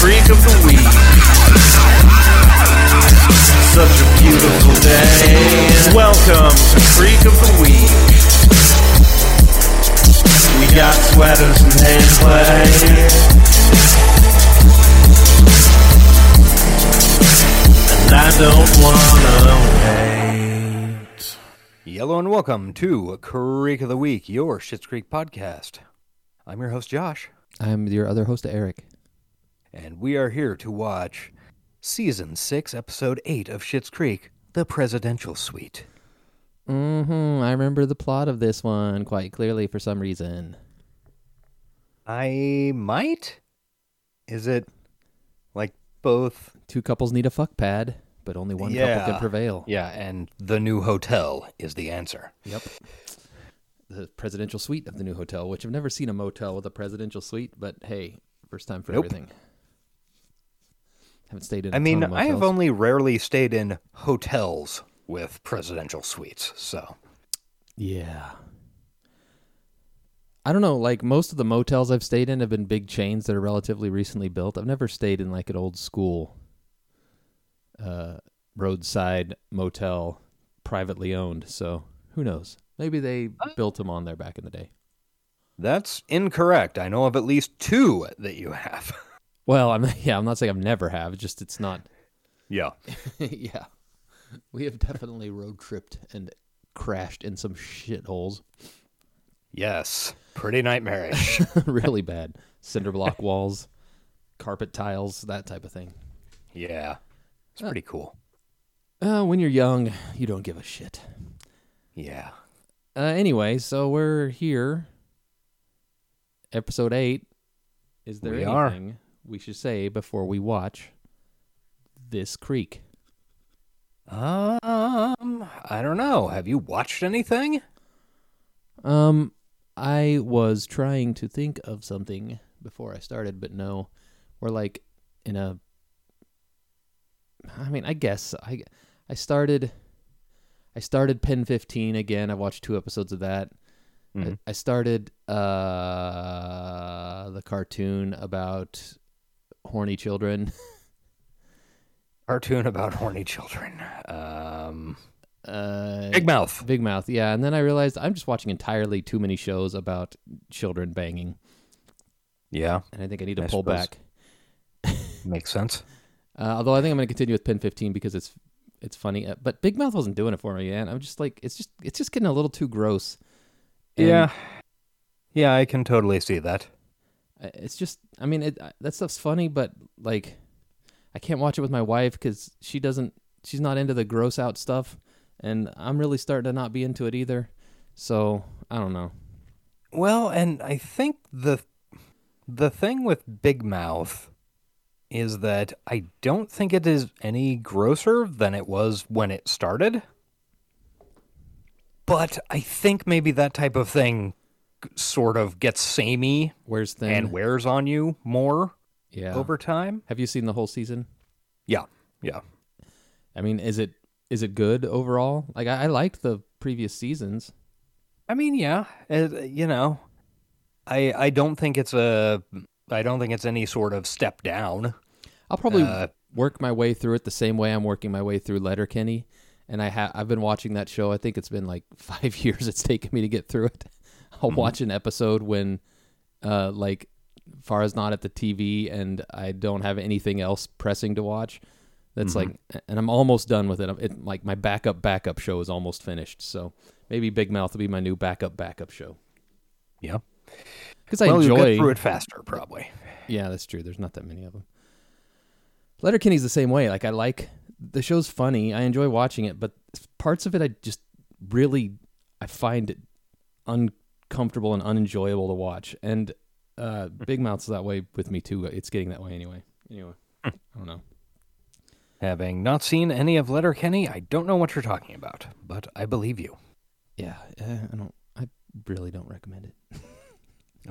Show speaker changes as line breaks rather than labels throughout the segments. freak of the week. Such a beautiful day. Welcome to Freak of the Week. We got sweaters and hand And I don't wanna wait.
Yellow and welcome to Creek of the Week, your Shits Creek podcast. I'm your host Josh,
I'm your other host, Eric.
and we are here to watch season six, episode eight of Shits Creek, the Presidential Suite.
hmm I remember the plot of this one quite clearly for some reason.
I might. Is it like both?
Two couples need a fuck pad, but only one couple
Yeah.
can prevail.
Yeah, and the new hotel is the answer.
Yep. The presidential suite of the new hotel, which I've never seen a motel with a presidential suite, but hey, first time for
Nope.
everything. Haven't stayed in. I
I mean, I have only rarely stayed in hotels with presidential suites, so
Yeah. I don't know. Like most of the motels I've stayed in have been big chains that are relatively recently built. I've never stayed in like an old school uh, roadside motel, privately owned. So who knows? Maybe they built them on there back in the day.
that's incorrect. I know of at least two that you have.
Well, I'm yeah. I'm not saying I've never have. it's Just it's not.
Yeah.
yeah, we have definitely road tripped and crashed in some shitholes.
Yes. Pretty nightmarish.
really bad cinder block walls, carpet tiles, that type of thing.
yeah. It's pretty cool.
Uh, when you're young, you don't give a shit.
Yeah.
Uh, anyway, so we're here. Episode eight. Is there
We are.
anything we should say before we watch this creek?
Um, I don't know. Have you watched anything?
Um, I was trying to think of something before I started, but no, we're like in a. I mean, I guess I I started. I started Pen Fifteen again. I watched two episodes of that. I,
Mhm.
I started uh the cartoon about horny children.
Cartoon about horny children. Um,
Uh,
Big Mouth.
Big Mouth, yeah. And then I realized I'm just watching entirely too many shows about children banging,
Yeah.
and I think I need to
I
pull
suppose.
back.
Makes sense.
Uh, although I think I'm going to continue with Pin 15 because it's it's funny. Uh, but Big Mouth wasn't doing it for me, man. I'm just like it's just it's just getting a little too gross. And
yeah. Yeah, I can totally see that.
I- It's just I mean it, I- that stuff's funny, but like I can't watch it with my wife because she doesn't she's not into the gross out stuff, and I'm really starting to not be into it either. So I don't know.
Well, and I think the the thing with Big Mouth is that I don't think it is any grosser than it was when it started. But I think maybe that type of thing g- sort of gets samey
Where's thin?
and wears on you more
yeah.
over time.
Have you seen the whole season?
Yeah. Yeah.
I mean, is it is it good overall? Like I, I liked the previous seasons.
I mean, yeah, it, you know, I I don't think it's a I don't think it's any sort of step down.
I'll probably
Uh,
work my way through it the same way I'm working my way through Letterkenny, and I ha- I've been watching that show. I think it's been like five years. It's taken me to get through it. I'll
Mm-hmm.
watch an episode when, uh, like, Farah's not at the TV and I don't have anything else pressing to watch. That's
Mm-hmm.
like, and I'm almost done with it. I'm- it. Like my backup backup show is almost finished. So maybe Big Mouth will be my new backup backup show
Yeah.
because I
well,
enjoy.
you get through it faster, probably.
Yeah, that's true. There's not that many of them. Letterkenny's the same way. Like I like the show's funny. I enjoy watching it, but parts of it I just really I find it uncomfortable and unenjoyable to watch. And uh, Big Mouth's that way with me too. It's getting that way anyway. Anyway, I don't know.
Having not seen any of Letterkenny, I don't know what you're talking about, but I believe you.
Yeah, eh, I don't. I really don't recommend it.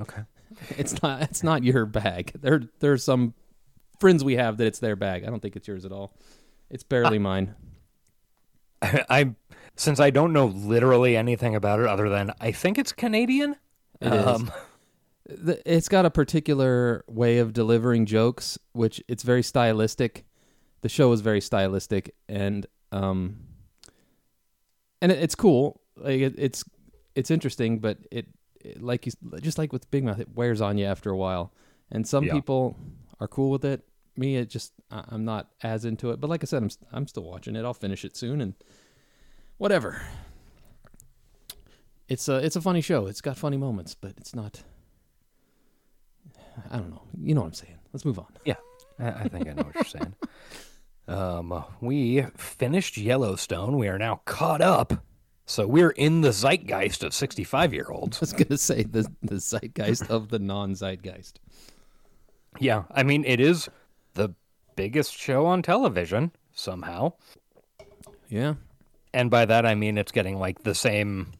Okay.
It's not. It's not your bag. There, there are some friends we have that it's their bag. I don't think it's yours at all. It's barely mine.
I since I don't know literally anything about it other than I think it's Canadian.
It is. th- it's got a particular way of delivering jokes, which it's very stylistic. The show is very stylistic, and um, and it, it's cool. Like it, it's it's interesting, but it, it like you s- just like with Big Mouth, it wears on you after a while. And some
Yeah.
people are cool with it. Me, it just I, I'm not as into it. But like I said, I'm s- I'm still watching it. I'll finish it soon, and whatever. It's a it's a funny show. It's got funny moments, but it's not. I don't know. You know what I'm saying. Let's move on.
I, I think I know what you're saying. Um, we finished Yellowstone. We are now caught up. So we're in the zeitgeist of 65 year olds.
I was gonna say the the zeitgeist of the non zeitgeist.
Yeah, I mean, it is the biggest show on television somehow.
Yeah.
And by that, I mean it's getting like the same,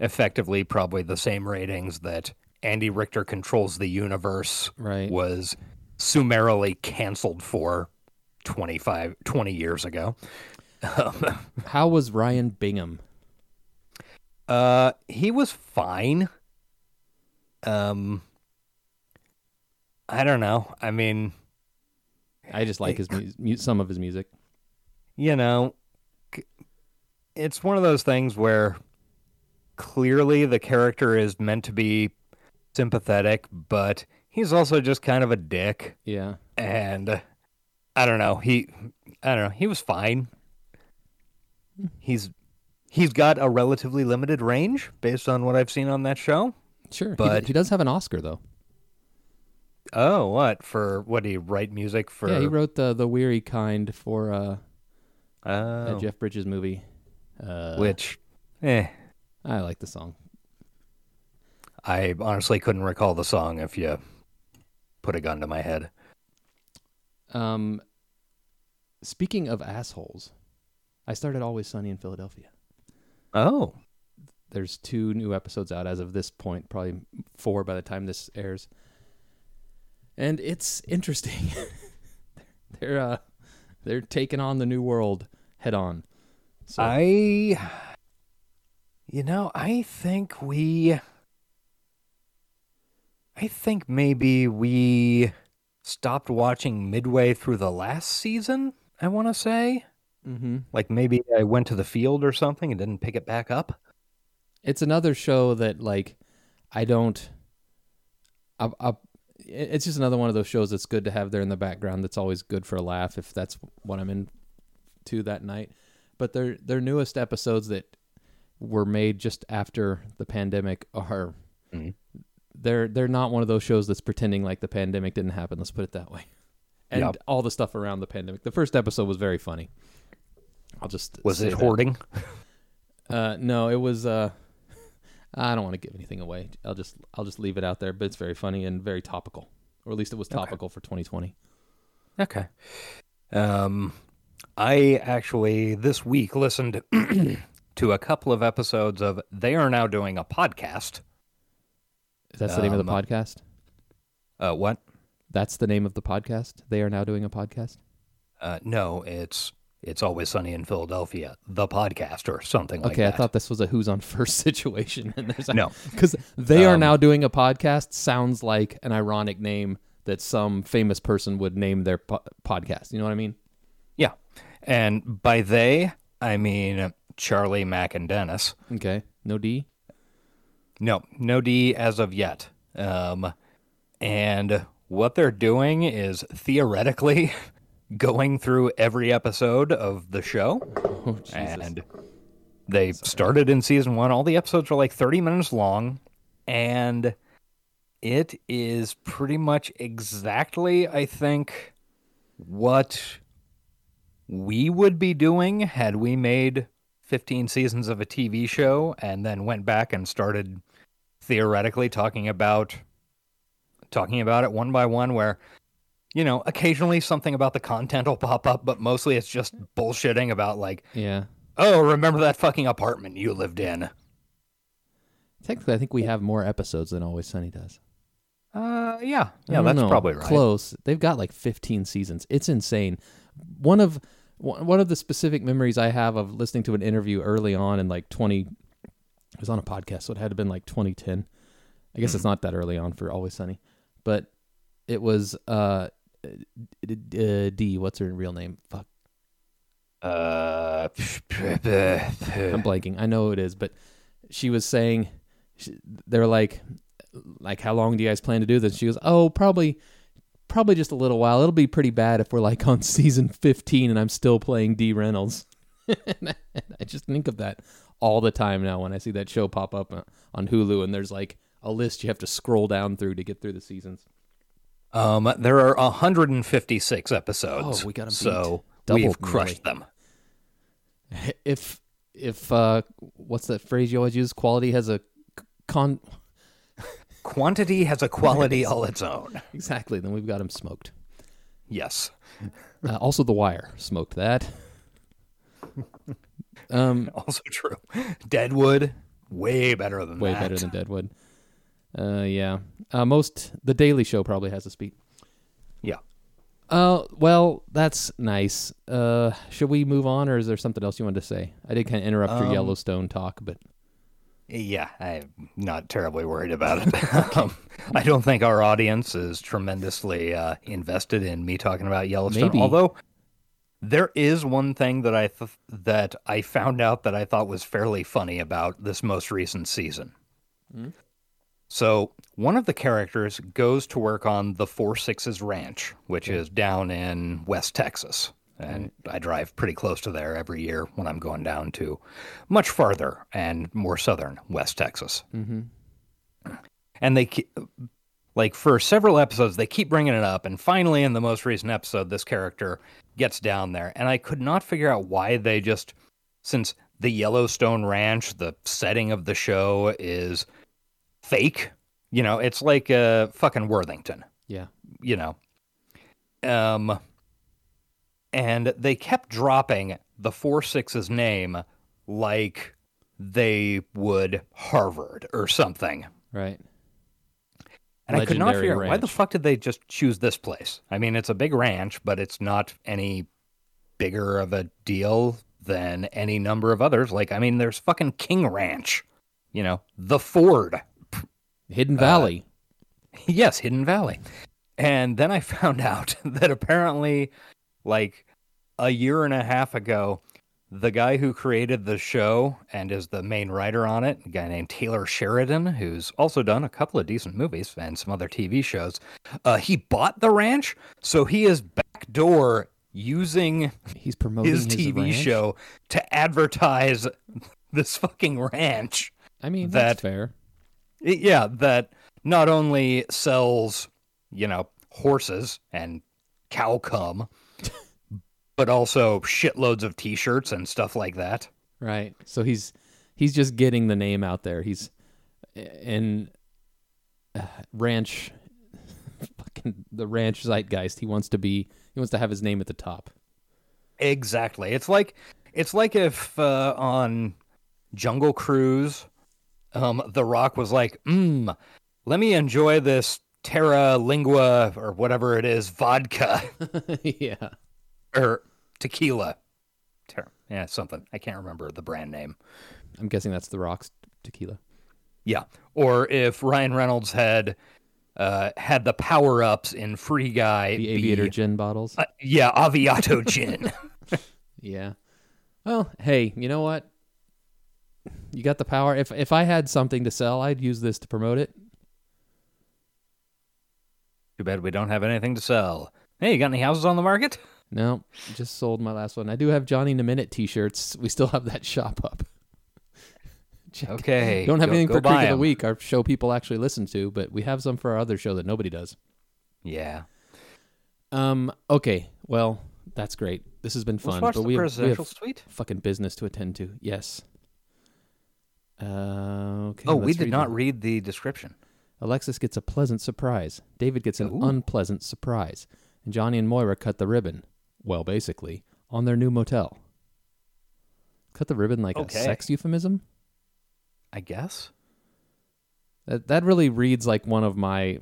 effectively, probably the same ratings that Andy Richter Controls the Universe
Right.
was summarily canceled for 25, 20 years ago.
How was Ryan Bingham?
Uh, he was fine. Um, I don't know. I mean,
I just like his mu- mu- some of his music.
you know, c- it's one of those things where clearly the character is meant to be sympathetic, but he's also just kind of a dick.
Yeah.
And I don't know. He, I don't know. He was fine. He's he's got a relatively limited range based on what I've seen on that show.
Sure. He d-
But-
he, does have an Oscar though.
Oh, what for? What do you write music for?
Yeah, he wrote the the Weary Kind for uh,
Oh,
a Jeff Bridges movie. Uh,
which, eh,
I like the song.
I honestly couldn't recall the song if you put a gun to my head.
Um, speaking of assholes, I started Always Sunny in Philadelphia.
Oh,
There's two new episodes out as of this point, probably four by the time this airs. And it's interesting. they're uh, they're taking on the new world head on. So
I, you know, I think we, I think maybe we stopped watching midway through the last season. I want to say,
mm-hmm.
like maybe I went to the field or something and didn't pick it back up.
it's another show that like I don't. I, I, it's just another one of those shows that's good to have there in the background. That's always good for a laugh if that's what I'm into that night. But their their newest episodes that were made just after the pandemic are
Mhm.
they're they're not one of those shows that's pretending like the pandemic didn't happen. Let's put it that way. And
Yep.
all the stuff around the pandemic. The first episode was very funny. I'll just
Was
say
it
that.
hoarding?
Uh, no, it was. Uh, I don't want to give anything away. I'll just I'll just leave it out there. But it's very funny and very topical, or at least it was topical for 2020.
Okay. Um, I actually this week listened to a couple of episodes of. They are now doing a podcast.
That's the name of the
Um,
podcast.
Uh, what?
That's the name of the podcast. They are now doing a podcast.
Uh, no, it's it's always sunny in Philadelphia, the podcast or something like
Okay,
that.
I thought this was a who's on first situation, and there's
No.
because they are now doing a podcast. Sounds like an ironic name that some famous person would name their po- podcast. You know what I mean?
yeah, and by they I mean Charlie Mack and Dennis.
Okay, no D.
No, no D as of yet. Um, and what they're doing is theoretically going through every episode of the show,
Oh Jesus!
and they started in season one. All the episodes are like thirty minutes long, and it is pretty much exactly, I think, what we would be doing had we made 15 seasons of a TV show and then went back and started theoretically talking about talking about it one by one where you know occasionally something about the content will pop up but mostly it's just bullshitting about like
yeah.
oh remember that fucking apartment you lived in
Technically, I think we have more episodes than Always Sunny does.
uh yeah
I
yeah
don't
that's
know.
probably right
Close. They've got like 15 seasons. It's insane. One of one one of the specific memories I have of listening to an interview early on in like 20 it was on a podcast so it had to have been like 2010 I guess
Mm-hmm.
it's not that early on for Always Sunny, but it was uh, d- d- d- uh, D. What's her real name? Fuck,
Uh,
I'm blanking. I know who it is, but she was saying she, they're like, like how long do you guys plan to do this? She goes, oh, probably, probably just a little while. It'll be pretty bad if we're like on season 15 and I'm still playing D Reynolds. And I I just think of that all the time now when I see that show pop up uh, on Hulu and there's like a list you have to scroll down through to get through the seasons.
um, there are 156 episodes.
Oh, we got 'em beat.
So
Doubled
we've crushed them.
if if uh what's that phrase you always use quality has a c- con
Quantity has a quality all its own.
exactly then we've got him smoked
Yes.
uh, also the wire smoked that um
Also true. Deadwood, way better than
way
that.
better than deadwood uh yeah uh most the daily show probably has a speed
Yeah.
uh well that's nice uh should we move on or is there something else you wanted to say i did kind of interrupt
Um,
your yellowstone talk but
Yeah, I'm not terribly worried about it. um, I don't think our audience is tremendously uh, invested in me talking about Yellowstone.
Maybe.
Although there is one thing that I th- that I found out that I thought was fairly funny about this most recent season. So one of the characters goes to work on the Four Sixes Ranch, which is down in West Texas. And I drive pretty close to there every year when I'm going down to much farther and more southern West Texas. Mm-hmm. And they, ke- like, for several episodes, they keep bringing it up. And finally, in the most recent episode, this character gets down there. And I could not figure out why they just, since the Yellowstone Ranch, the setting of the show is fake. You know, it's like uh, fucking Worthington.
yeah
You know, um, and they kept dropping the four sixes name like they would Harvard or something.
right
And I could not
Legendary
figure out why the
ranch.
fuck did they just choose this place? I mean, it's a big ranch, but it's not any bigger of a deal than any number of others. Like, I mean, there's fucking King Ranch, you know, the Ford.
hidden valley
Yes, Hidden Valley. And then I found out that apparently, like a year and a half ago, the guy who created the show and is the main writer on it, a guy named Taylor Sheridan, who's also done a couple of decent movies and some other TV shows, uh, he bought the ranch. So he is backdoor using
he's promoting
Uh, his
his,
TV
ranch?
show to advertise this fucking ranch.
i mean that's
that-
fair
Y- yeah that not only sells you know horses and cow cum but also shitloads of t-shirts and stuff like that
Right. So he's he's just getting the name out there. He's in uh, ranch fucking the ranch zeitgeist. He wants to be he wants to have his name at the top.
exactly it's like it's like if uh, on jungle cruise um, the rock was like mm, let me enjoy this terra lingua or whatever it is vodka
yeah.
or tequila Ter- yeah something i can't remember the brand name
I'm guessing that's the rocks tequila.
Yeah. Or if Ryan Reynolds had uh, had the power ups in Free Guy,
The
be-
aviator gin bottles.
uh, yeah, Aviato Gin.
yeah. Well, hey, you know what? You got the power. If if I had something to sell, I'd use this to promote it.
Too bad we don't have anything to sell. Hey, you got any houses on the market?
No, just sold my last one. I do have Johnny in a minute t-shirts. We still have that shop up. Check
Okay.
don't have
go-
anything
go
for Creek
buy
of the
'em.
Week, our show people actually listen to, but we have some for our other show that nobody does.
Yeah.
Um, okay, well, that's great. This has been
Let's
fun,
watch
but
the
we, have, we have
presidential suite.
fucking business to attend to. Yes. Uh, okay.
Oh, we
let's
did
read
not
the-
read the description.
Alexis gets a pleasant surprise. David gets an
Ooh.
unpleasant surprise, and Johnny and Moira cut the ribbon. Well, basically, on their new motel. Cut the ribbon like
Okay.
a sex euphemism.
I guess.
That that really reads like one of my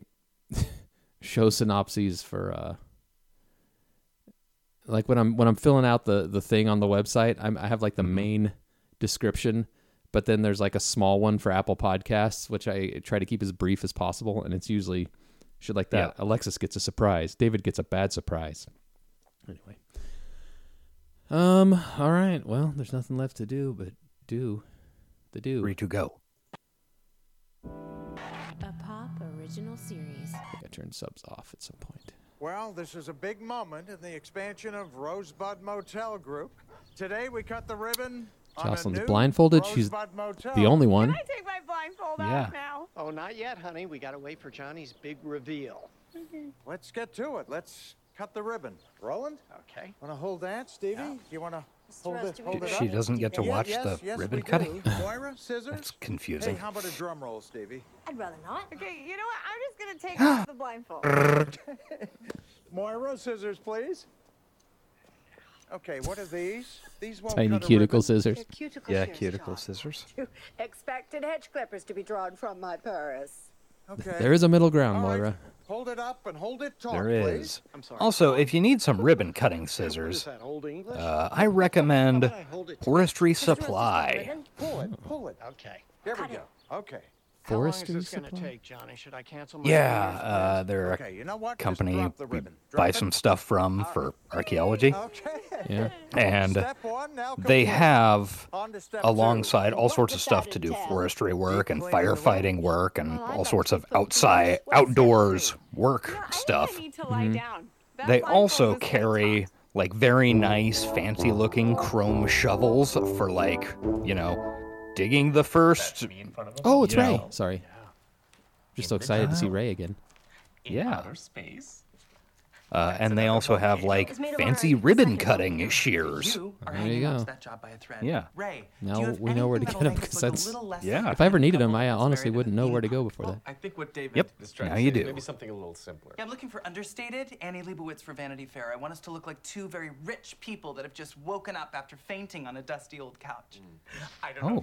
show synopses for uh like when I'm when I'm filling out the the thing on the website, I'm I have like the main description, But then there's like a small one for Apple Podcasts, which I try to keep as brief as possible, and it's usually shit like that. Alexis gets a surprise. David gets a bad surprise. Anyway. Um. All right. Well, there's nothing left to do but do the do.
Three, two, go.
A Pop Original Series.
I think I turned subs off at some point.
Well, this is a big moment in the expansion of Rosebud Motel Group. Today we cut the ribbon. on a
Jocelyn's
new
blindfolded. She's
Rosebud Motel.
The only one.
I take my blindfold
Yeah.
off now.
Oh, not yet, honey. We gotta wait for Johnny's big reveal.
Let's get to it. Let's cut the ribbon. Roland,
Okay.
want to hold that, Stevie? You want to hold
Rush,
it?
do we
Hold
do
it
that?
up?
She doesn't get to
Yeah,
watch
yes,
the
yes,
ribbon
we do.
cutting.
Moira, scissors.
That's confusing.
Hey, how about a drum roll, Stevie?
I'd rather not. Okay, you know what? I'm just gonna take off the blindfold. All
Moira, scissors, please. Okay, what are these? These won't
Tiny
cut a
cuticle
ribbon.
scissors.
Cuticle
Yeah, cuticle scissors.
Expected hedge clippers to be drawn from my purse.
Okay.
There is a middle ground,
All right.
Moira.
Hold it up and hold it taut,
There
please.
is.
I'm sorry.
Also, if you need some ribbon cutting
What is
scissors,
that, Old English?
uh, I recommend
I hold it?
Forestry Supply.
Pull it, pull it.
Okay.
There we go. Okay.
How long is
Forestry
this gonna
supply?
take, Johnny? Should I cancel my
Yeah,
plans?
uh, they're
Okay, you know what?
a
Just
company
drop the
we
ribbon. Drop
buy
it.
some stuff from for archaeology,
Okay.
Yeah.
and
Step one, now
they
complete.
have
On to step two.
alongside all
What's
sorts of
the
stuff
side
to do
entail?
forestry work and
clearing the way.
firefighting work and
Well, I'd
all
like
sorts
to
of
put some
outside
fresh ones in
outdoors work
I
stuff.
think I need to
Mm-hmm.
lie down. That
They
blindfold
also
is way
carry like very nice, fancy looking chrome shovels for like, you know, digging the first.
Oh, it's
You
Ray.
know.
Sorry. Just so excited to see Ray again.
Yeah.
space.
Uh, and they also have like
It's made of
fancy
iron.
ribbon cutting shears.
You are
There
hanging
you
on
go.
to that job by a thread.
Yeah.
Ray.
Now we know where to get 'em, 'cause that's-
Yeah.
If I ever needed him, I honestly wouldn't know where to go before that.
I think what David
Yep,
was trying
now
to
you
say
do.
is maybe something a little simpler. Yeah, I'm looking for understated Annie Leibovitz for Vanity Fair. I want us to look like two very rich people that have just woken up after fainting on a dusty old couch. Hmm. I don't
Oh, is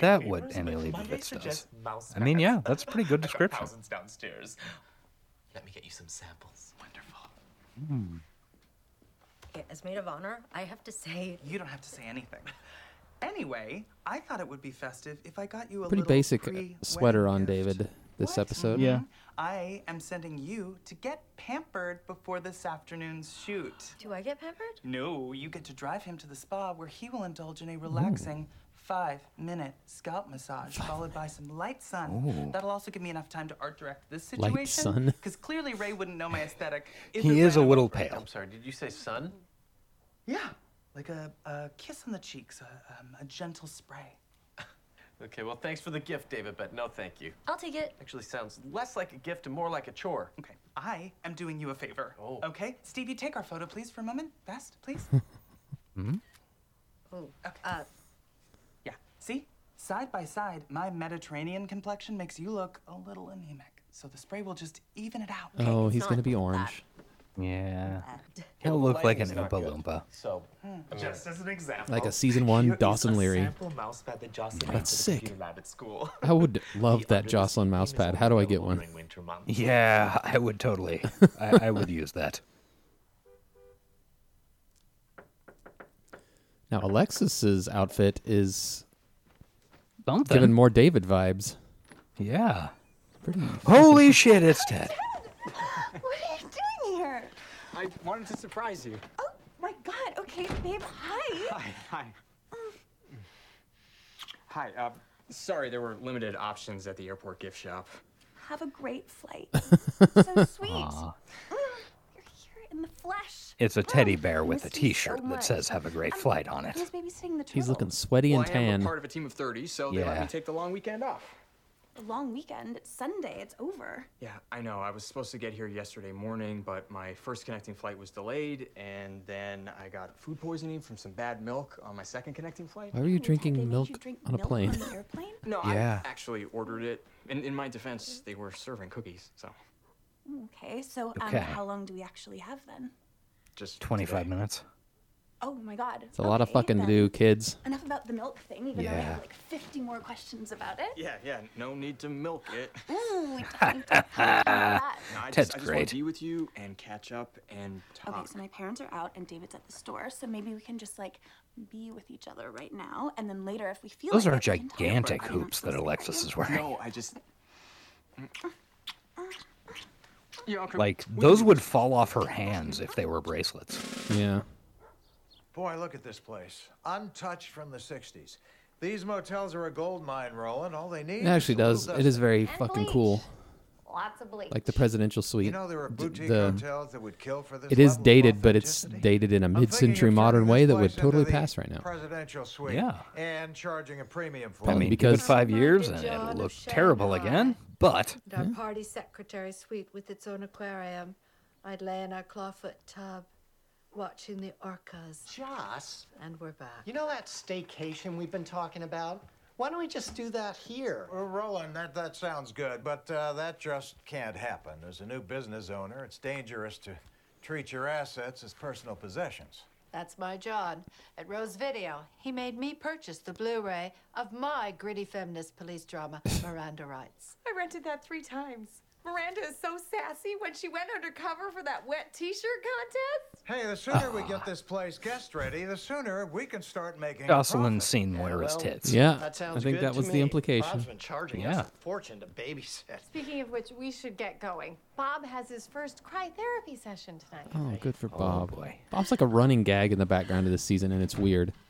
that what Annie Leibovitz does? I mean, yeah, that's a pretty good description.
downstairs. Let me get you some samples. Wonderful.
Yeah, As maid of honor, I have to say,
You don't have to say anything. Anyway, I thought it would be festive if I got you a
Pretty
little
basic uh,
pre-wedding
sweater on
gift.
David this
What?
episode.
Yeah.
I am sending you to get pampered before this afternoon's shoot.
do I get pampered?
No, you get to drive him to the spa where he will indulge in a relaxing five minute scalp massage followed by some light sun. That'll also give me enough time to art direct this
Light
situation.
sun?
Because clearly Ray wouldn't know my aesthetic. if
He
it
is a
ran over
little
for him.
pale.
I'm sorry, did you say sun?
Yeah, like a, a kiss on the cheeks, a, um, a gentle spray.
Okay, well, thanks for the gift, David, but no thank you.
I'll take it.
Actually sounds less like a gift and more like a chore.
Okay, I am doing you a favor.
Oh.
Okay, Stevie, take our photo, please, for a moment. Best, please.
Ooh.
Okay.
Uh,
yeah. See? Side by side, my Mediterranean complexion makes you look a little anemic. So the spray will just even it out. okay?
Oh,
It's
he's gonna
not
be
that
orange.
Yeah.
bad.
He'll look like an
Lighting's not
Oompa
good.
Loompa.
So, I mean,
Just as an example.
Hmm.
Oh,
Like a season one Dawson Leary.
mouse pad that Jocelyn made
That's
for the
sick.
computer lab at school.
I would love that
the
Jocelyn mouse pad. How do I get one?
During winter months.
Yeah, I would totally. I, I would use that.
Now Alexis's outfit is
Something.
giving more David vibes.
Yeah. Holy shit, it's Ted.
What are you doing here?
I wanted to surprise you.
Oh my God. Okay, babe. Hi.
Hi. Hi. Hi. Uh, sorry, there were limited options at the airport gift shop.
Have a great flight. so sweet. Mm, You're here in the flesh.
It's a
Mm,
teddy bear with
miss
a
you
t
so
shirt that
much.
says have a great flight on
He's
it.
babysitting the turtle.
He's looking sweaty
Well,
and
I am a
tan.
part of a team of 30, so they let
Yeah.
me take the long weekend off.
A long weekend. It's Sunday. It's over.
Yeah, I know. I was supposed to get here yesterday morning, but my first connecting flight was delayed, and then I got food poisoning from some bad milk on my second connecting flight.
Why were you
Tell me,
drinking
babe,
milk
you drink
on a
milk
plane?
On the airplane?
No,
Yeah.
I actually ordered it. In, in my defense, they were serving cookies, so
Okay, so um,
Okay.
how long do we actually have then?
just
25
today.
minutes.
Oh my god.
It's a lot of
Okay,
fucking to
then.
do, kids.
Enough about the milk thing, even though I
Yeah.
have like 50 more questions about it.
Yeah, yeah, no need to milk it.
Ooh, dun, dun, dun, dun.
No, I
Ted's
just, I just want
great.
to be with you and catch up and talk.
Okay, so my parents are out and David's at the store, so maybe we can just like be with each other right now, and then later if we feel
Those
like
are
it, we can talk.
gigantic hoops that Alexis is wearing.
Oh,
No, I just. Yeah, okay.
Like those would fall off her hands if they were bracelets.
Yeah.
Boy, look at this place. Untouched from the 60s. These motels are a gold mine, Roland. All they need
It actually
is
does.
a
It is very fucking cool.
Lots of bleach.
Like the presidential suite.
You know, there are
d-
boutique hotels that would kill for this
it is
level of
dated, but it's
authenticity.
dated in a
I'm thinking
mid-century
of
modern
turning
way
this
that would
place into
totally
the
pass right now.
Presidential suite.
Yeah.
And charging a premium for
I
it.
mean,
Um, because-
because five years and
Reminded John
it'll
of
look
Shanghai.
terrible again. But
And our party secretary suite with its own aquarium. I'd lay in our clawfoot tub, watching the orcas,
Joss,
and we're back.
you know that staycation we've been talking about? Why don't we just do that here?
Well, Uh, Roland, that, that sounds good, but uh, that just can't happen. As a new business owner, it's dangerous to treat your assets as personal possessions.
That's my John. At Rose Video, he made me purchase the Blu-ray of my gritty feminist police drama, Miranda Rights.
I rented that three times. Miranda is so sassy when she went undercover for that wet t shirt contest.
Hey, the sooner we get this place guest ready, the sooner we can start making.
Jocelyn's seen Moira's
well,
tits.
Yeah,
That sounds
I think
good
that
to
was the
me.
implication.
Bob's been charging
Yeah.
us a fortune to babysit.
Speaking of which, we should get going. Bob has his first cryotherapy session tonight.
Oh, good for Bob. Bob's like a running gag in the background of this season, and it's weird.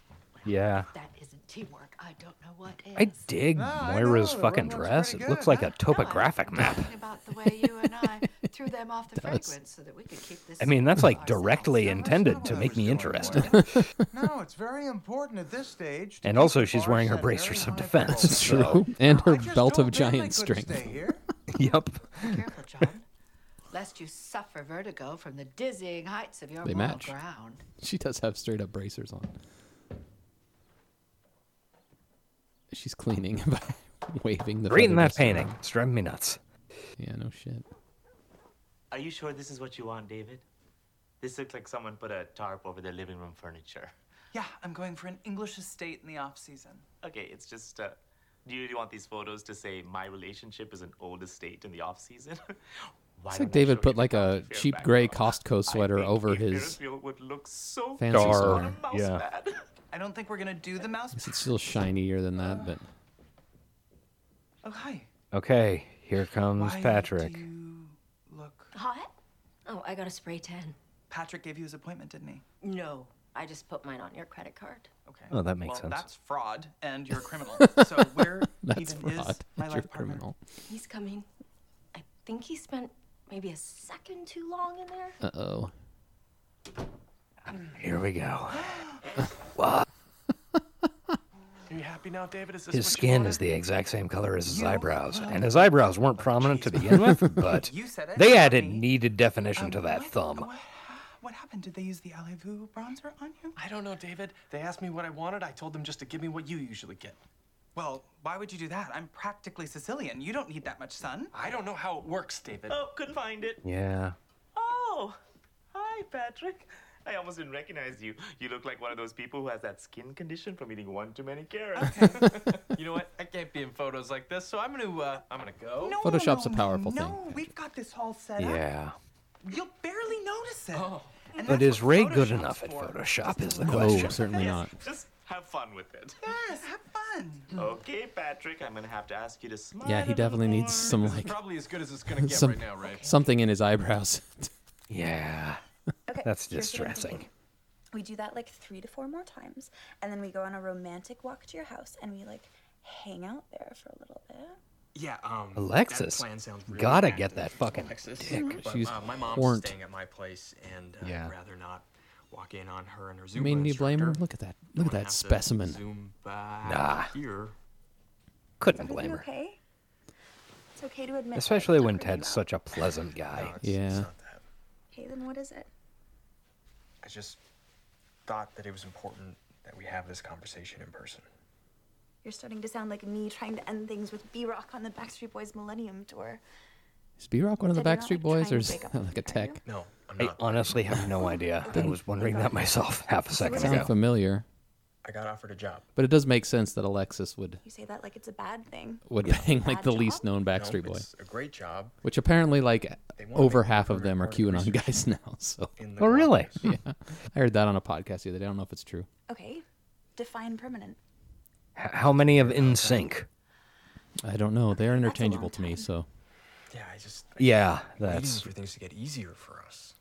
Yeah.
That isn't teamwork. I don't know what is.
I dig Moira's
know, the
fucking
red one's
dress.
pretty
It
good,
looks like
huh?
a topographic map.
Talking about the way you and I threw them off the
Does.
fragrance so that we could keep this.
I mean, that's like directly intended to make me interested.
No, it's very important at this stage.
And also, she's wearing her bracers of defense. That's
True. And her belt of giant strength. yep.
Careful, John, lest you suffer vertigo from the dizzying heights of your
They
moral
match.
ground.
She does have straight up bracers on. She's cleaning by waving the.
Reading
feather
that
duster around.
painting. It's driving me nuts.
Yeah, no shit.
Are you sure this is what you want, David? This looks like someone put a tarp over their living room furniture.
Yeah, I'm going for an English estate in the off season.
Okay, it's just. Uh, do you want these photos to say my relationship is an old estate in the off season? Why
It's
don't
like
I
David
show
put
you
like
the
a
Copperfield
cheap
back
gray
row?
Costco sweater over his.
Irreveal would look so
fancy
cute
sweater.
on a mouse
Yeah.
pad.
I don't think we're gonna do the mouse.
It's still shinier than that, but
Oh hi.
Okay, here comes
Why
Patrick.
do you look
hot? Oh, I got a spray tan.
Patrick gave you his appointment, didn't he?
No, I just put mine on your credit card.
Okay.
Oh, that makes
well,
sense.
That's fraud, and you're a criminal. so where
that's
even is
fraud.
my
You're a
life partner?
criminal.
He's coming. I think he spent maybe a second too long in there.
Uh oh.
Here we go.
Are you happy now, David? Is this
His
what you
skin is the exact same color as his eyebrows, and his eyebrows weren't prominent to begin with, but
You said it,
they
not
added
me.
needed definition to that thumb.
What happened? Did they use the olive oil bronzer on you?
I don't know, David. They asked me what I wanted. I told them just to give me what you usually get.
Well, why would you do that? I'm practically Sicilian. You don't need that much sun.
I don't know how it works, David.
Oh, couldn't find it.
Yeah.
Oh, hi, Patrick. I almost didn't recognize you. You look like one of those people who has that skin condition from eating one too many carrots.
you know what? I can't be in photos like this, so I'm gonna uh, I'm gonna go.
No,
Photoshop's
no,
a powerful
no,
thing.
No, we've got this all set up.
Yeah.
You'll barely notice it.
Oh.
And
But
that's
is
what
Ray good
Photoshop's
enough at
for.
Photoshop? Is the
No,
question.
Oh, certainly not.
Just have fun with it.
Yes, have fun.
Okay, Patrick, I'm gonna have to ask you to smile.
Yeah, he definitely needs some
This is
like
probably as good as it's gonna get
some
right now, Ray.
something in his eyebrows.
Yeah.
Okay,
That's
here's what I'm
distressing.
thinking. We do that like three to four more times, and then we go on a romantic walk to your house, and we like hang out there for a little bit.
Yeah, um. that
Alexis,
plan sounds really
gotta
active,
get that fucking
Alexis.
dick.
But,
She's
uh, my mom's
horned.
staying at my place, and uh,
Yeah.
I'd rather not walk in on her and her
I
Zumba
mean, do you blame her?
instructor.
Look at that. Look
Don't
at that
have to
specimen.
Zoom back
Nah.
Here.
Couldn't
Everything
blame her.
okay? It's okay to admit. that
Especially
it's
when
not really
Ted's
well.
such a pleasant guy.
Yeah.
Okay, then what is it?
I just thought that it was important that we have this conversation in person.
You're starting to sound like me trying to end things with B Rock on the Backstreet Boys Millennium Tour.
Is B Rock one of the
Did you not,
Backstreet
like,
Boys
try
or
and
is
break up
that like a
with her, are you?
tech?
No, I'm
I honestly have no idea. I was wondering that myself half a second
Sound
ago.
familiar,
I got offered a job.
but it does make sense that Alexis would
You say that like it's a bad thing.
would
It's a
bang like
bad
the
job.
least known Backstreet
No,
Boy.
it's a great job.
Which apparently, like,
They want
over
me to
half of
cover
them are
important
QAnon
research
guys now. So.
in
the Oh, really?
yeah. I heard that on a podcast the other day. I don't know if it's true.
Okay, define permanent.
H- How many of In Sync?
I don't know. They're interchangeable to me. So.
Yeah, I just.
Yeah,
waiting
that's-
for things to get easier for us.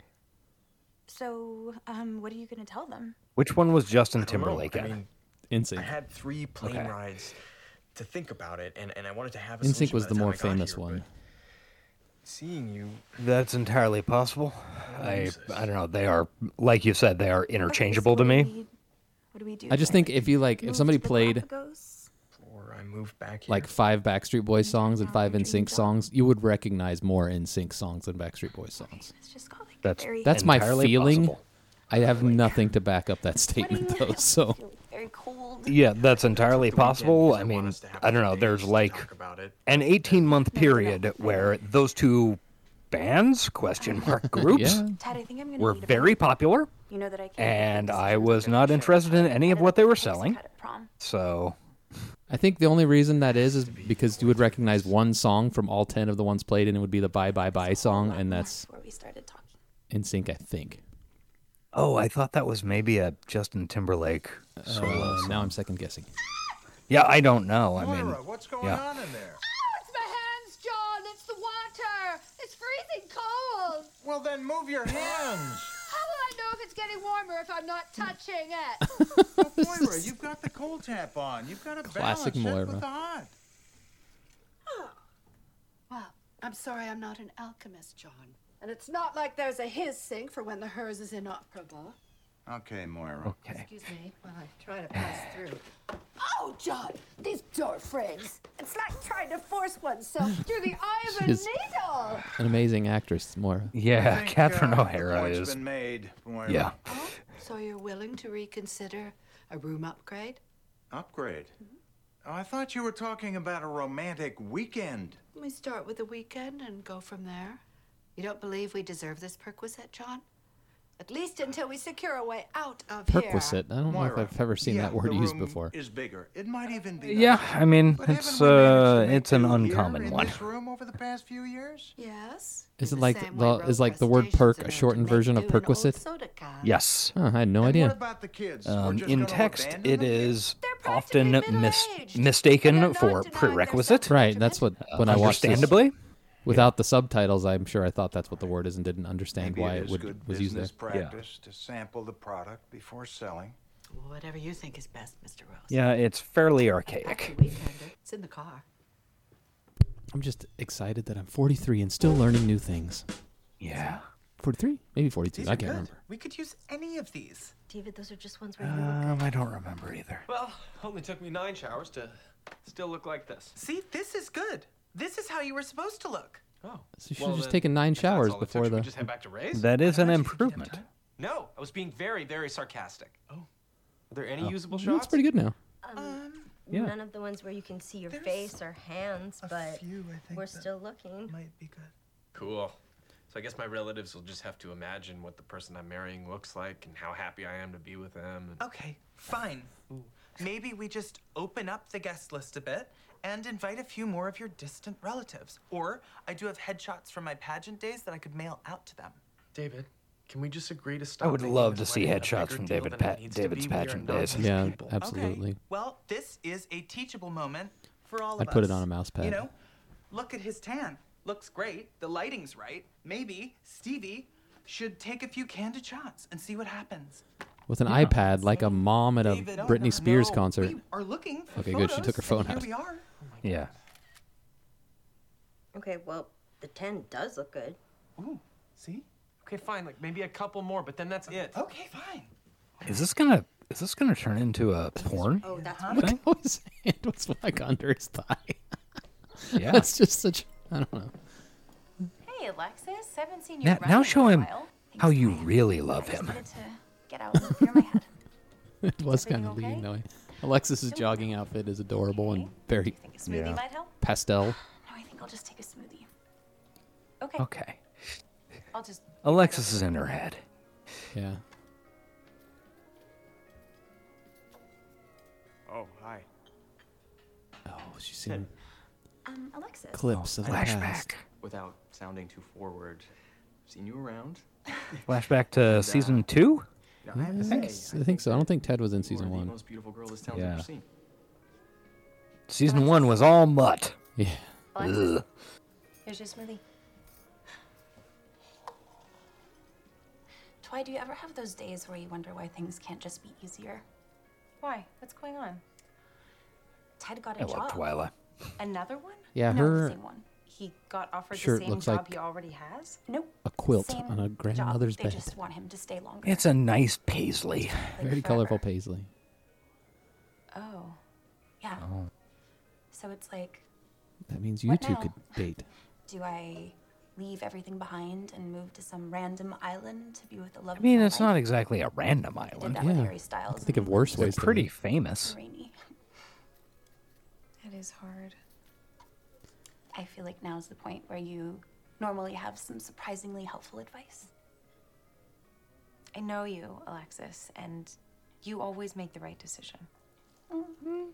So, um, what are you gonna tell them?
Which one was Justin
I don't know.
Timberlake
I
in?
mean, I had three plane rides to think about it, and, and I wanted to have a
NSYNC
solution
was
by
the
time
more
I got
famous
here,
one.
but Seeing you,
That's entirely possible. I
Jesus.
I don't know. They are like you said. They are interchangeable to me.
What do we do?
I just think if you like, if somebody played
or I moved back here.
like five Backstreet Boys songs and five NSYNC songs, you would recognize more NSYNC songs than Backstreet Boys songs.
That's
very-
that's my
entirely
feeling. I have nothing to back up that statement though. So
very cold.
Yeah, that's entirely possible. I mean, I don't know. There's like an 18 month period where those two bands question mark groups
Ted, I think I'm gonna
were
need a
very
break.
popular,
You know that I can't.
and I was not interested in any of what they were selling. So
I think the only reason that is is because you would recognize one song from all ten of the ones played, and it would be the "Bye Bye Bye" song, and that's
Before we started talking.
NSYNC, I think.
oh, I thought that was maybe a Justin Timberlake.
Uh,
solo
now
song.
I'm second guessing.
Yeah, I don't know. I mean, yeah.
in there?
It's my hands, John. It's the water. It's freezing cold.
Well, then move your hands.
How will I know if it's getting warmer if I'm not touching it?
Moira, you've got the cold tap on. You've got to
Classic
balance it
Moira.
with the hot.
Well, I'm sorry I'm not an alchemist, John. And it's not like there's a his sink for when the hers is inoperable.
Okay, Moira.
Okay.
Excuse me while I try to pass through.
Oh, John, these door frames. It's like trying to force oneself through the eye of a
She's-
needle.
An amazing actress, Moira.
Yeah,
I think,
Catherine
uh, the
O'Hara
point's
is.
been made, Moira.
Yeah.
So you're willing to reconsider a room upgrade?
Upgrade. Oh, I thought you were talking about a romantic weekend.
We start with the weekend and go from there. You don't believe we deserve this perquisite, John? At least until we secure a way out of here.
Perquisite. I don't know
Moira.
if I've ever seen
Yeah,
that word
the
used
room
before.
Is bigger. It might even be.
Yeah,
nicer.
I mean,
But
it's
haven't we managed to
uh,
make
it's an
do here
uncommon
in
one.
This room over the past few years.
Yes.
Is
in
it
the
like
same
the
way
is
road
like the word perk a
prostitution is
shortened
to make
version
do
of
an old
perquisite?
soda can.
Yes.
Huh, I had no idea.
Um, in text, it is often mis- mistaken for prerequisite.
Right, that's what
Uh,
when I watched this-
Understandably.
without the subtitles, I'm sure I thought that's what the word is and didn't understand
Maybe
why
it
it,
is
would
good
was used there.
business practice to sample the product before selling.
Well, whatever you think is best, Mr. Rose.
Yeah, it's fairly
Back
archaic.
to weekender. It's in the car.
I'm just excited that I'm 43 and still learning new things.
Yeah.
43? Maybe 42.
These
I
are
can't
good.
remember.
We could use any of these.
David, those are just ones where you look
Um, I don't remember either.
Well, only took me nine showers to still look like this.
See, this is good. This is how you were supposed to look.
Oh.
So you should
Well,
have just
then,
taken nine
if that's all
showers
it took,
before
should we
the.
just head back to Ray's?
That is an improvement.
No, I was being very, very sarcastic. Oh. Are there any
Oh.
usable
It
shots?
looks pretty good now.
Um,
yeah.
None of the ones where you can see your face or hands, but we're still looking.
Might be good.
Cool. So I guess my relatives will just have to imagine what the person I'm marrying looks like and how happy I am to be with them.
Mm.
Okay, fine. Maybe we just open up the guest list a bit and invite a few more of your distant relatives. Or I do have headshots from my pageant days that I could mail out to them.
David, can we just agree to stop?
I would
making
love to
this
see
wedding a
headshots
bigger
from
deal
David
than it
Pat-
needs to
Davids
be? We are
pageant
not
days.
those
Yeah,
people.
absolutely.
Well, this is a teachable moment for all
I'd
of us.
put it on a mouse pad.
You know, look at his tan. Looks great. The lighting's right. Maybe Stevie should take a few candid shots and see what happens.
With an iPad, like a mom at a
David, oh,
Um, Britney Spears
no.
concert.
We are looking for
Okay, good. She took her phone
photos, and
out.
Here we are.
Yeah. Uh.
Okay, well, the 10 does look good.
Ooh, see?
Okay, fine. Like maybe a couple more, but then that's it.
Okay, fine.
Is this gonna is this gonna turn into a porn?
Oh, that's
Look how his hand was like under his thigh.
Yeah.
That's just such. I don't know.
Hey, Alexis, haven't seen
Now, now show him how you really love him.
Get out and clear my head.
It was kind of leading that way. Alexis's jogging outfit is adorable and very
smoothie might help?
pastel.
Oh.
No, I think I'll just take a smoothie. Okay.
Okay.
I'll just.
Alexis is in her head.
Yeah.
Oh, hi.
Oh, she's seen
Um, Alexis.
clips of the past.
Without sounding too forward, seen you around.
Flashback to season two.
I think, I think so. I don't think Ted was in season one.
Most beautiful girl this town's
Yeah.
ever seen.
Season one was all mutt.
Yeah.
Ugh.
Here's your smoothie.
Twy, do you ever have those days where you wonder why things can't just be easier?
Why? What's going on?
Ted got a
I
job.
love Twyla.
Another one?
Yeah,
No,
her
the same one.
He got offered
Shirt
the same
looks
job
like
he already has?
Nope.
a quilt
Same
on a grandmother's
job. They
bed.
just want him to stay longer.
It's a nice paisley.
Very colorful paisley.
Oh. Yeah.
Oh.
So it's like,
That means you
What
two
now?
could date.
do I leave everything behind and move to some random island to be with the love
I mean,
of
it's not exactly a random island.
that with Yeah. Harry Styles
I
and
think of worse
They're
ways.
pretty
famous.
Rainy.
That is hard.
I feel like now's the point where you normally have some surprisingly helpful advice.
I know you, Alexis, and you always make the right decision. Mm-hmm.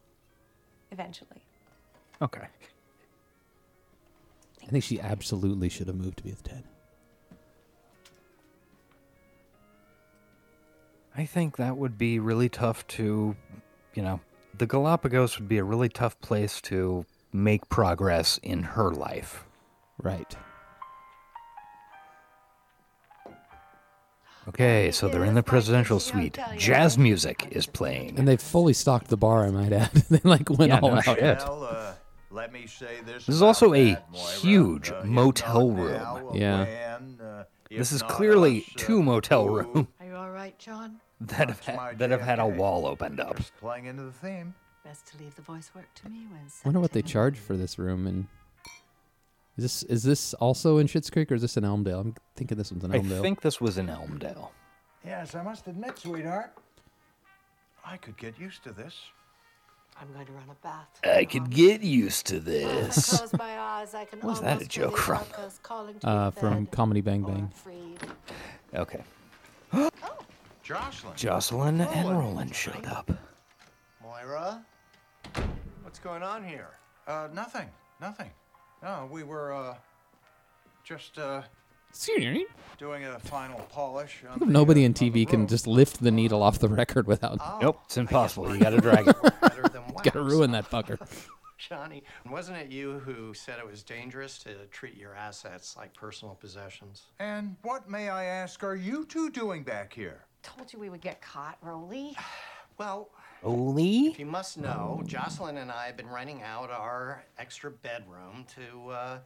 Eventually.
Okay.
I think she absolutely should have moved to be with Ted.
I think that would be really tough to, you know, the Galapagos would be a really tough place to make progress in her life.
Right.
Okay, so they're in the presidential suite. Jazz music is playing.
And they fully stocked the bar, I might add. they like went
Yeah,
all
no
out.
shit.
Well, uh, let me say this.
This is also a
about Moira.
huge
Uh, if
motel
not
room.
now, uh,
Yeah.
when, uh, if
This is
not
clearly
us, uh,
two motel room
Are you all right, John?
that have had, that have had a wall opened up.
Playing into the theme.
Best to leave the voice work to me when.
I wonder what they charge for this room and is this is this also in Schitt's Creek or is this in Elmdale? I'm thinking this one's in
I
Elmdale.
think this was in Elmdale.
Yes, I must admit, sweetheart, I could get used to this.
I'm going to run a bath.
Uh,
I could get used to
I
this.
close my eyes, I can
What was that a
almost
joke
feel the
from?
echoes calling to
uh,
me
from
that
Comedy Bang Bang.
freed.
Okay.
Jocelyn.
Jocelyn and Roland showed up.
Moira? What's going on here? Uh, nothing. Nothing. No, we were, uh, just, uh,
Scenery.
doing a final polish. uh,
I think if nobody in TV can just lift the needle off the record without.
Nope, it's impossible. You gotta drag it.
gotta ruin that fucker.
Johnny, wasn't it you who said it was dangerous to treat your assets like personal possessions?
And what, may I ask, are you two doing back here?
Told you we would get caught, Roly.
Well,
Oli?
if you must know, Jocelyn and I have been renting out our extra bedroom to uh,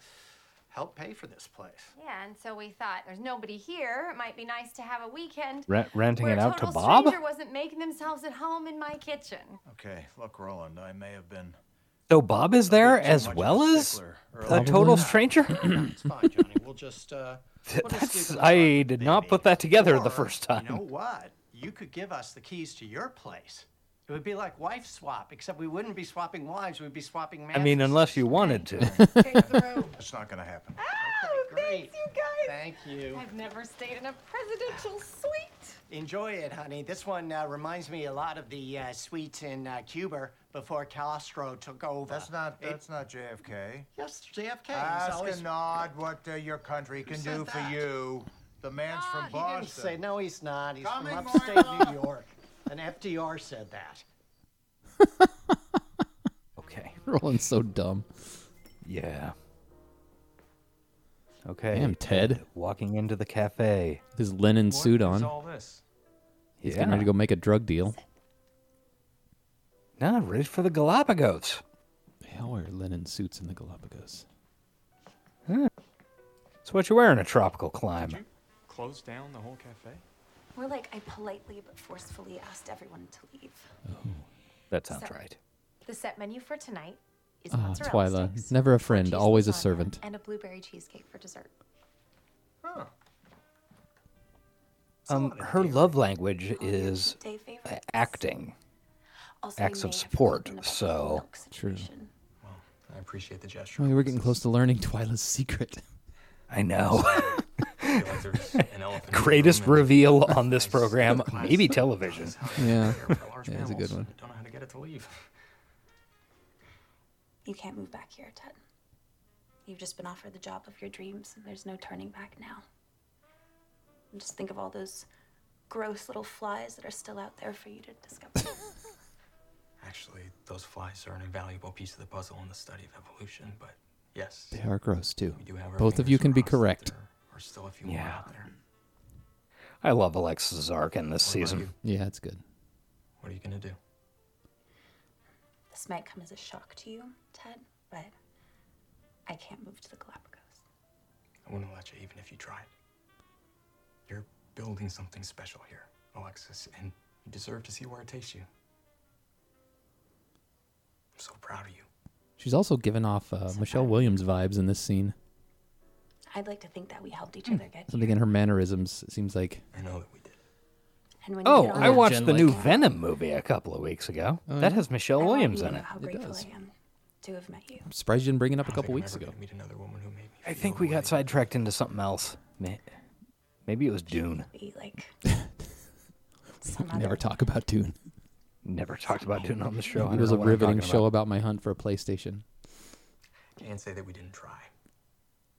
help pay for this place.
Yeah, and so we thought there's nobody here. It might be nice to have a weekend.
Rent- renting
where
it
a
out to
total
Bob?
stranger wasn't making themselves at home in my kitchen.
Okay, look, Roland, I may have been.
So Bob is there as well as a total stranger?
it's fine, Johnny. We'll just. Uh,
Th-
we'll just sleep
That's,
in the
I did not put that together the first
You know
time.
what? You could give us the keys to your place. It would be like wife swap, except we wouldn't be swapping wives. We'd be swapping
I
mattresses.
mean, unless you wanted
Take the
to.
room.
It's not gonna happen.
Ah!
Oh,
Great.
thanks, you guys.
Thank you.
I've never stayed in a presidential suite.
Enjoy it, honey. This one uh, reminds me a lot of the uh, suites in uh, Cuba before Castro took over.
That's not, that's not JFK.
Yes, JFK.
Ask
He's always...
a nod what uh, your country can
said
do
that? Ah,
for you. The man's from
He
Boston.
didn't say, no, he's not. He's
Coming,
from upstate New York. And FDR said that.
okay.
Roland's so dumb.
Yeah. Okay.
Damn, Ted.
Walking into the cafe.
His linen suit on.
this?
He's
yeah.
getting ready to go make a drug deal.
Nah, ready for the Galapagos.
Hell, wear linen suits in the Galapagos.
Huh. That's what you wear in a tropical climb.
Closed down the whole cafe.
More like I politely but forcefully asked everyone to leave.
That
sounds
right.
The set menu for tonight is
Ah,
mozzarella
Twyla.
sticks,
Never a
four
friend,
cheese
always a
lasagna,
servant.
and a blueberry cheesecake for dessert.
Um, her love language
Oh,
is
day
uh,
favorites.
acting,
Also, we
acts of
may have
support.
forgotten about the
So
true.
I appreciate the gesture.
Oh, we're getting close to learning Twyla's secret.
I know.
I feel like there's
greatest reveal on this program, maybe television.
Yeah.
Yeah,
it's a good one.
Don't know how to get it to leave.
You can't move back here, Ted. You've just been offered the job of your dreams, and there's no turning back now. And just think of all those gross little flies that are still out there for you to discover.
Actually, those flies are an invaluable piece of the puzzle in the study of evolution, but yes.
They are gross too.
We do have our
Both of you can be correct.
Or still a few more out there.
I love Alexis Zark in this season.
Yeah, it's good.
What are you going to do?
this might come as a shock to you, Ted, but I can't move to the Galapagos.
I wouldn't let you even if you tried. You're building something special here, Alexis, and you deserve to see where it takes you. I'm so proud of you.
She's also giving off uh, Michelle Williams vibes in this scene.
I'd like to think that we helped
Hmm.
each other get
Something in her mannerisms seems like.
I know
And when you
Oh,
get
I
older-
watched the new Venom movie a couple of weeks ago.
Oh,
That
yeah?
has Michelle
I want
Williams
you to
in
know
it.
How
It
grateful
does.
I am to have met you.
I'm surprised you didn't bring it up a couple
I'm
weeks
ever
ago.
gonna Meet another woman who made me.
I think we got sidetracked into something else. May- Maybe it was Dune.
Be like
We Never talk about Dune.
Never talked about Dune on the show. I
It
don't
was
know
a
what I'm
riveting
talking
show about. my hunt for a PlayStation.
Can't say that we didn't try.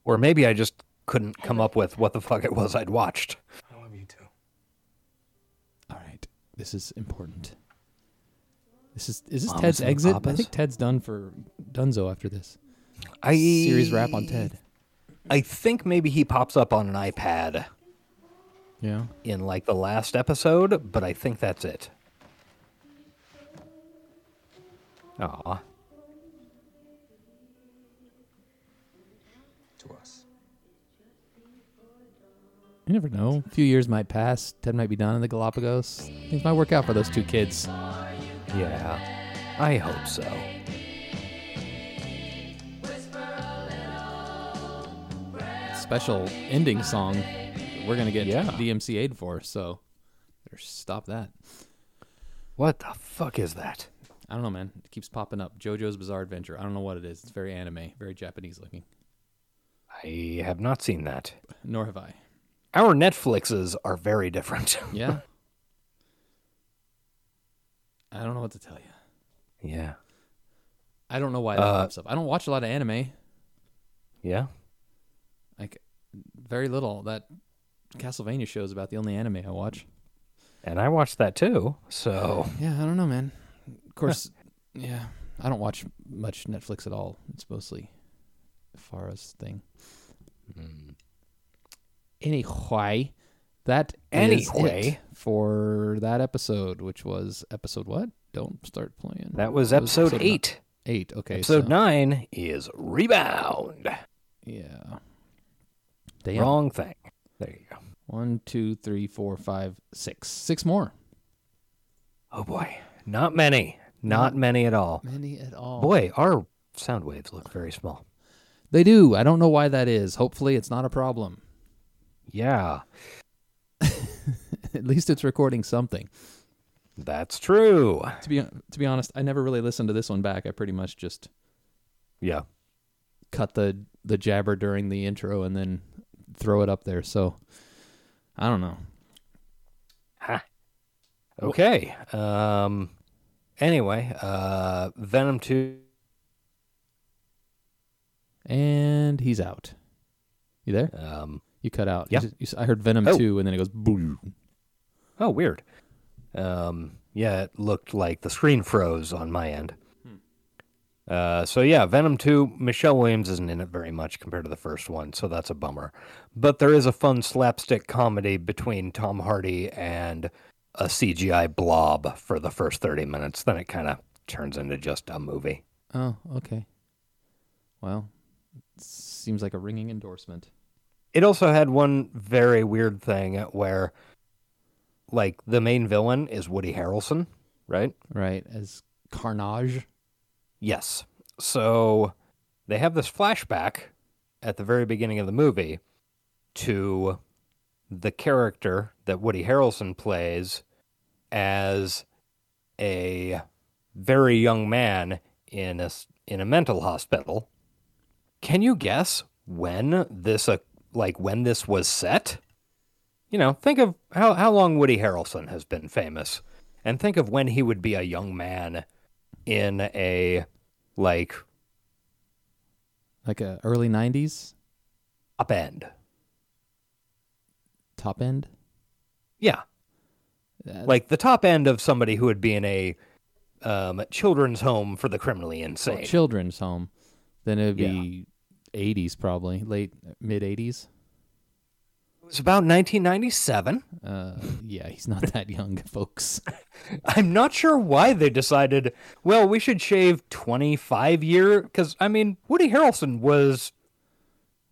Or maybe I just couldn't come up with what the fuck it was I'd watched.
I love you too.
All right, this is important. This is is this
Mamas
Ted's
and
exit? I
papas.
think Ted's done for Dunzo after this.
I
series wrap on Ted.
I think maybe he pops up on an iPad
Yeah.
in like the last episode, but I think that's it. Aw.
To us.
You never know. A few years might pass. Ted might be down in the Galapagos. Things might work out for those two kids.
Yeah, I hope so.
Special ending song. that We're gonna get DMCA'd for, so better stop that.
What the fuck is that?
I don't know, man. It keeps popping up. JoJo's Bizarre Adventure. I don't know what it is. It's very anime, very Japanese looking.
I have not seen that.
Nor have I.
Our Netflixes are very different.
Yeah. I don't know what to tell you.
yeah.
I don't know why that
Uh,
pops up. I don't watch a lot of anime.
Yeah.
Like very little. That Castlevania show is about the only anime I watch.
And I watched that too. So,
Yeah, I don't know, man. Of course, yeah. I don't watch much Netflix at all. It's mostly Farah's thing. Hmm. Anyway, that is
Anyway.
it for that episode, which was episode what? Don't start playing.
That was
It
episode
ni-
eight.
Eight. Okay.
episode
so-
9 is Rebound.
Yeah. Damn.
Wrong thing. There you go.
One, two, three, four, five, six. Six more.
Oh boy. Not many. Not many at all.
Many at all.
Boy, our sound waves look very small.
They do. I don't know why that is. Hopefully, it's not a problem.
Yeah.
At least it's recording something.
That's true.
To be to be honest, I never really listened to this one back. I pretty much just
Yeah.
cut the the jabber during the intro and then throw it up there. So I don't know.
Okay. Um anyway, uh Venom 2
And he's out. You there?
um
You cut out.
Yeah.
You just- you s- I heard Venom
Oh.
two, and then it goes boom.
Oh, weird. Um, yeah, it looked like the screen froze on my end. Uh, so yeah, Venom 2, Michelle Williams isn't in it very much compared to the first one, so that's a bummer. But there is a fun slapstick comedy between Tom Hardy and a CGI blob for the first 30 minutes. Then it kind of turns into just a movie.
Oh, okay. Well, seems like a ringing endorsement.
It also had one very weird thing where, like, the main villain is Woody Harrelson, right?
Right, as Carnage.
Yes. So they have this flashback at the very beginning of the movie to the character that Woody Harrelson plays as a very young man in a s- in a mental hospital. Can you guess when this uh, like when this was set? You know, think of how, how long Woody Harrelson has been famous, and think of when he would be a young man in a like
like a early '90s
top end.
Top end.
Yeah. Uh, like the top end of somebody who would be in a um, children's home for the criminally
Well,
insane.
children's home. Then it'd be 80s probably, late mid 80s.
It was about 1997.
Uh, yeah, he's not that young, folks.
I'm not sure why they decided, well, we should shave 25 year because I mean, Woody Harrelson was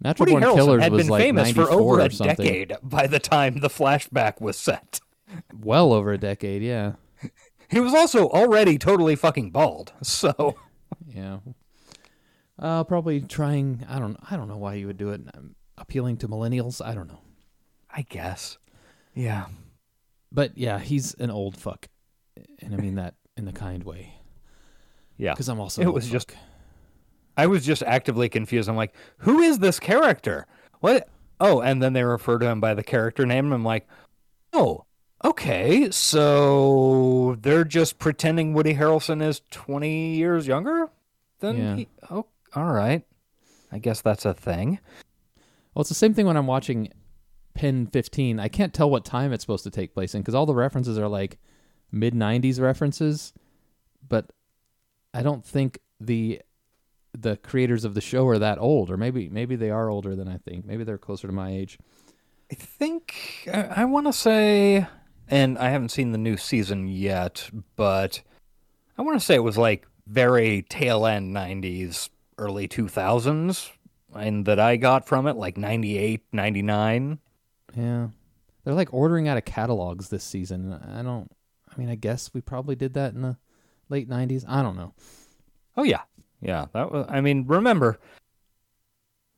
Natural
Woody
Born
Harrelson
Killers
had
was
been
like
famous for
94
over
or
a
something.
decade by the time the flashback was set.
Well over a decade, yeah.
He was also already totally fucking bald. So
Yeah. Uh, probably trying. I don't. I don't know why you would do it. Um, Appealing to millennials. I don't know.
I guess. Yeah.
But yeah, he's an old fuck, and I mean that in the kind way.
Yeah.
Because I'm also.
It
an old
was just I was just actively confused. I'm like, who is this character? What? Oh, and then they refer to him by the character name. And I'm like, oh, okay. So they're just pretending Woody Harrelson is 20 years younger than
Yeah.
he. Oh, all right. I guess that's a thing.
Well, it's the same thing when I'm watching Pen 15. I can't tell what time it's supposed to take place in because all the references are like mid 90s references, but I don't think the the creators of the show are that old, or maybe maybe they are older than I think. Maybe they're closer to my age.
I think I, I want to say, and I haven't seen the new season yet, but I want to say it was like very tail end 90s, early 2000s, and that I got from it like 98, 99.
Yeah, they're like ordering out of catalogs this season. and I don't. I mean, I guess we probably did that in the late 90s. I don't know.
Oh yeah, yeah. That was. I mean, remember,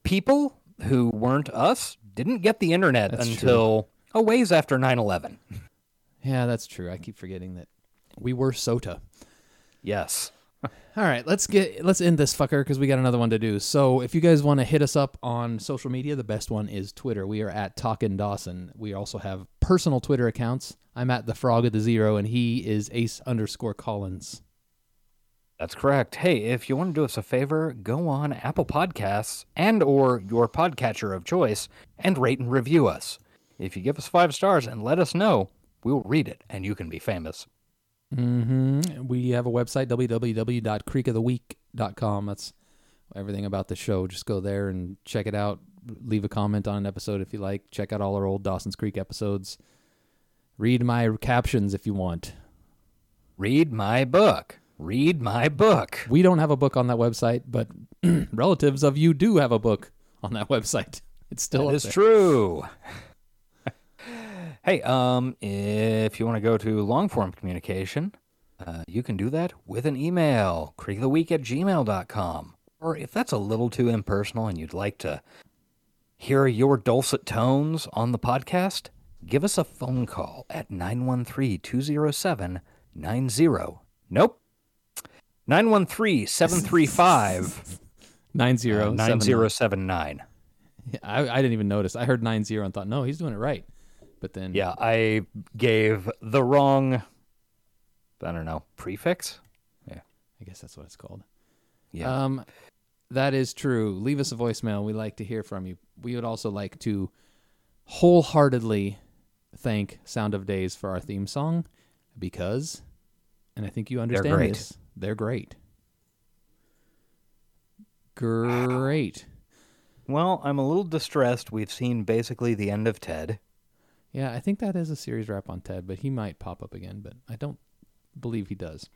people who weren't us didn't get the internet
That's true.
until a ways after 9/11.
Yeah, that's true. I keep forgetting that we were SOTA.
Yes.
All right, let's get let's end this fucker because we got another one to do. So if you guys want to hit us up on social media, the best one is Twitter. We are at Talkin Dawson. We also have personal Twitter accounts. I'm at the Frog of the Zero, and he is Ace underscore Collins.
That's correct. Hey, if you want to do us a favor, go on Apple Podcasts and or your podcatcher of choice and rate and review us. If you give us 5 stars and let us know, we will read it and you can be famous.
Mm-hmm. We have a website www.creekoftheweek.com. That's everything about the show. Just go there and check it out. Leave a comment on an episode if you like. Check out all our old Dawson's Creek episodes. Read my captions if you want.
Read my book. Read my book.
We don't have a book on that website, but relatives of you do have a book on that website. It's still
That
up
is
there.
true. hey, um, if you want to go to long form communication, uh, you can do that with an email, creekoftheweek at gmail.com. Or if that's a little too impersonal and you'd like to hear your dulcet tones on the podcast, give us a phone call at 913 207 90. Nope. 913 735
9079.
9079.
Yeah, I, I didn't even notice. I heard nine zero and thought, no, he's doing it right. But then
Yeah, I gave the wrong, I don't know, prefix? Uh, Yeah.
I guess that's what it's called.
Yeah.
Um, that is true. Leave us a voicemail. We like to hear from you. We would also like to wholeheartedly thank Sound of Days for our theme song because, and I think you understand
great.
this, they're great. Great.
Well, I'm a little distressed. We've seen basically the end of Ted.
Yeah, I think that is a series wrap on Ted, but he might pop up again, but I don't believe he does.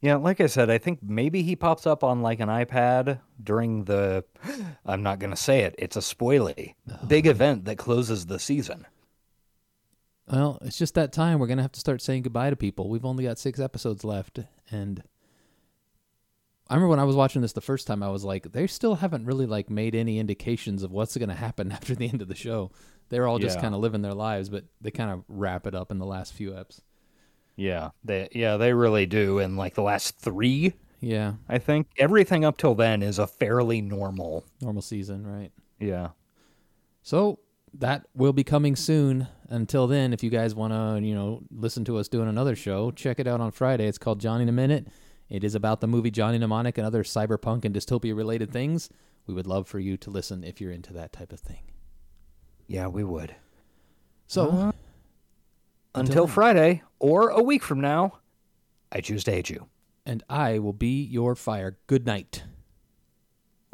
Yeah, like I said, I think maybe he pops up on like an iPad during the, I'm not going to say it, it's a spoily, big event that closes the season.
Well, it's just that time we're gonna have to start saying goodbye to people. We've only got six episodes left, and I remember when I was watching this the first time, I was like, they still haven't really like made any indications of what's gonna happen after the end of the show. They're all just
Yeah.
kind of living their lives, but they kind of wrap it up in the last few eps.
Yeah, they yeah they really do. In like the last three,
Yeah,
I think everything up till then is a fairly normal.
normal season, right?
Yeah.
So that will be coming soon. Until then, if you guys want to, you know, listen to us doing another show, check it out on Friday. It's called Johnny in a Minute. It is about the movie Johnny Mnemonic and other cyberpunk and dystopia related things. We would love for you to listen if you're into that type of thing.
Yeah, we would.
So,
until Friday or a week from now, I choose to hate you.
And I will be your fire. Good night.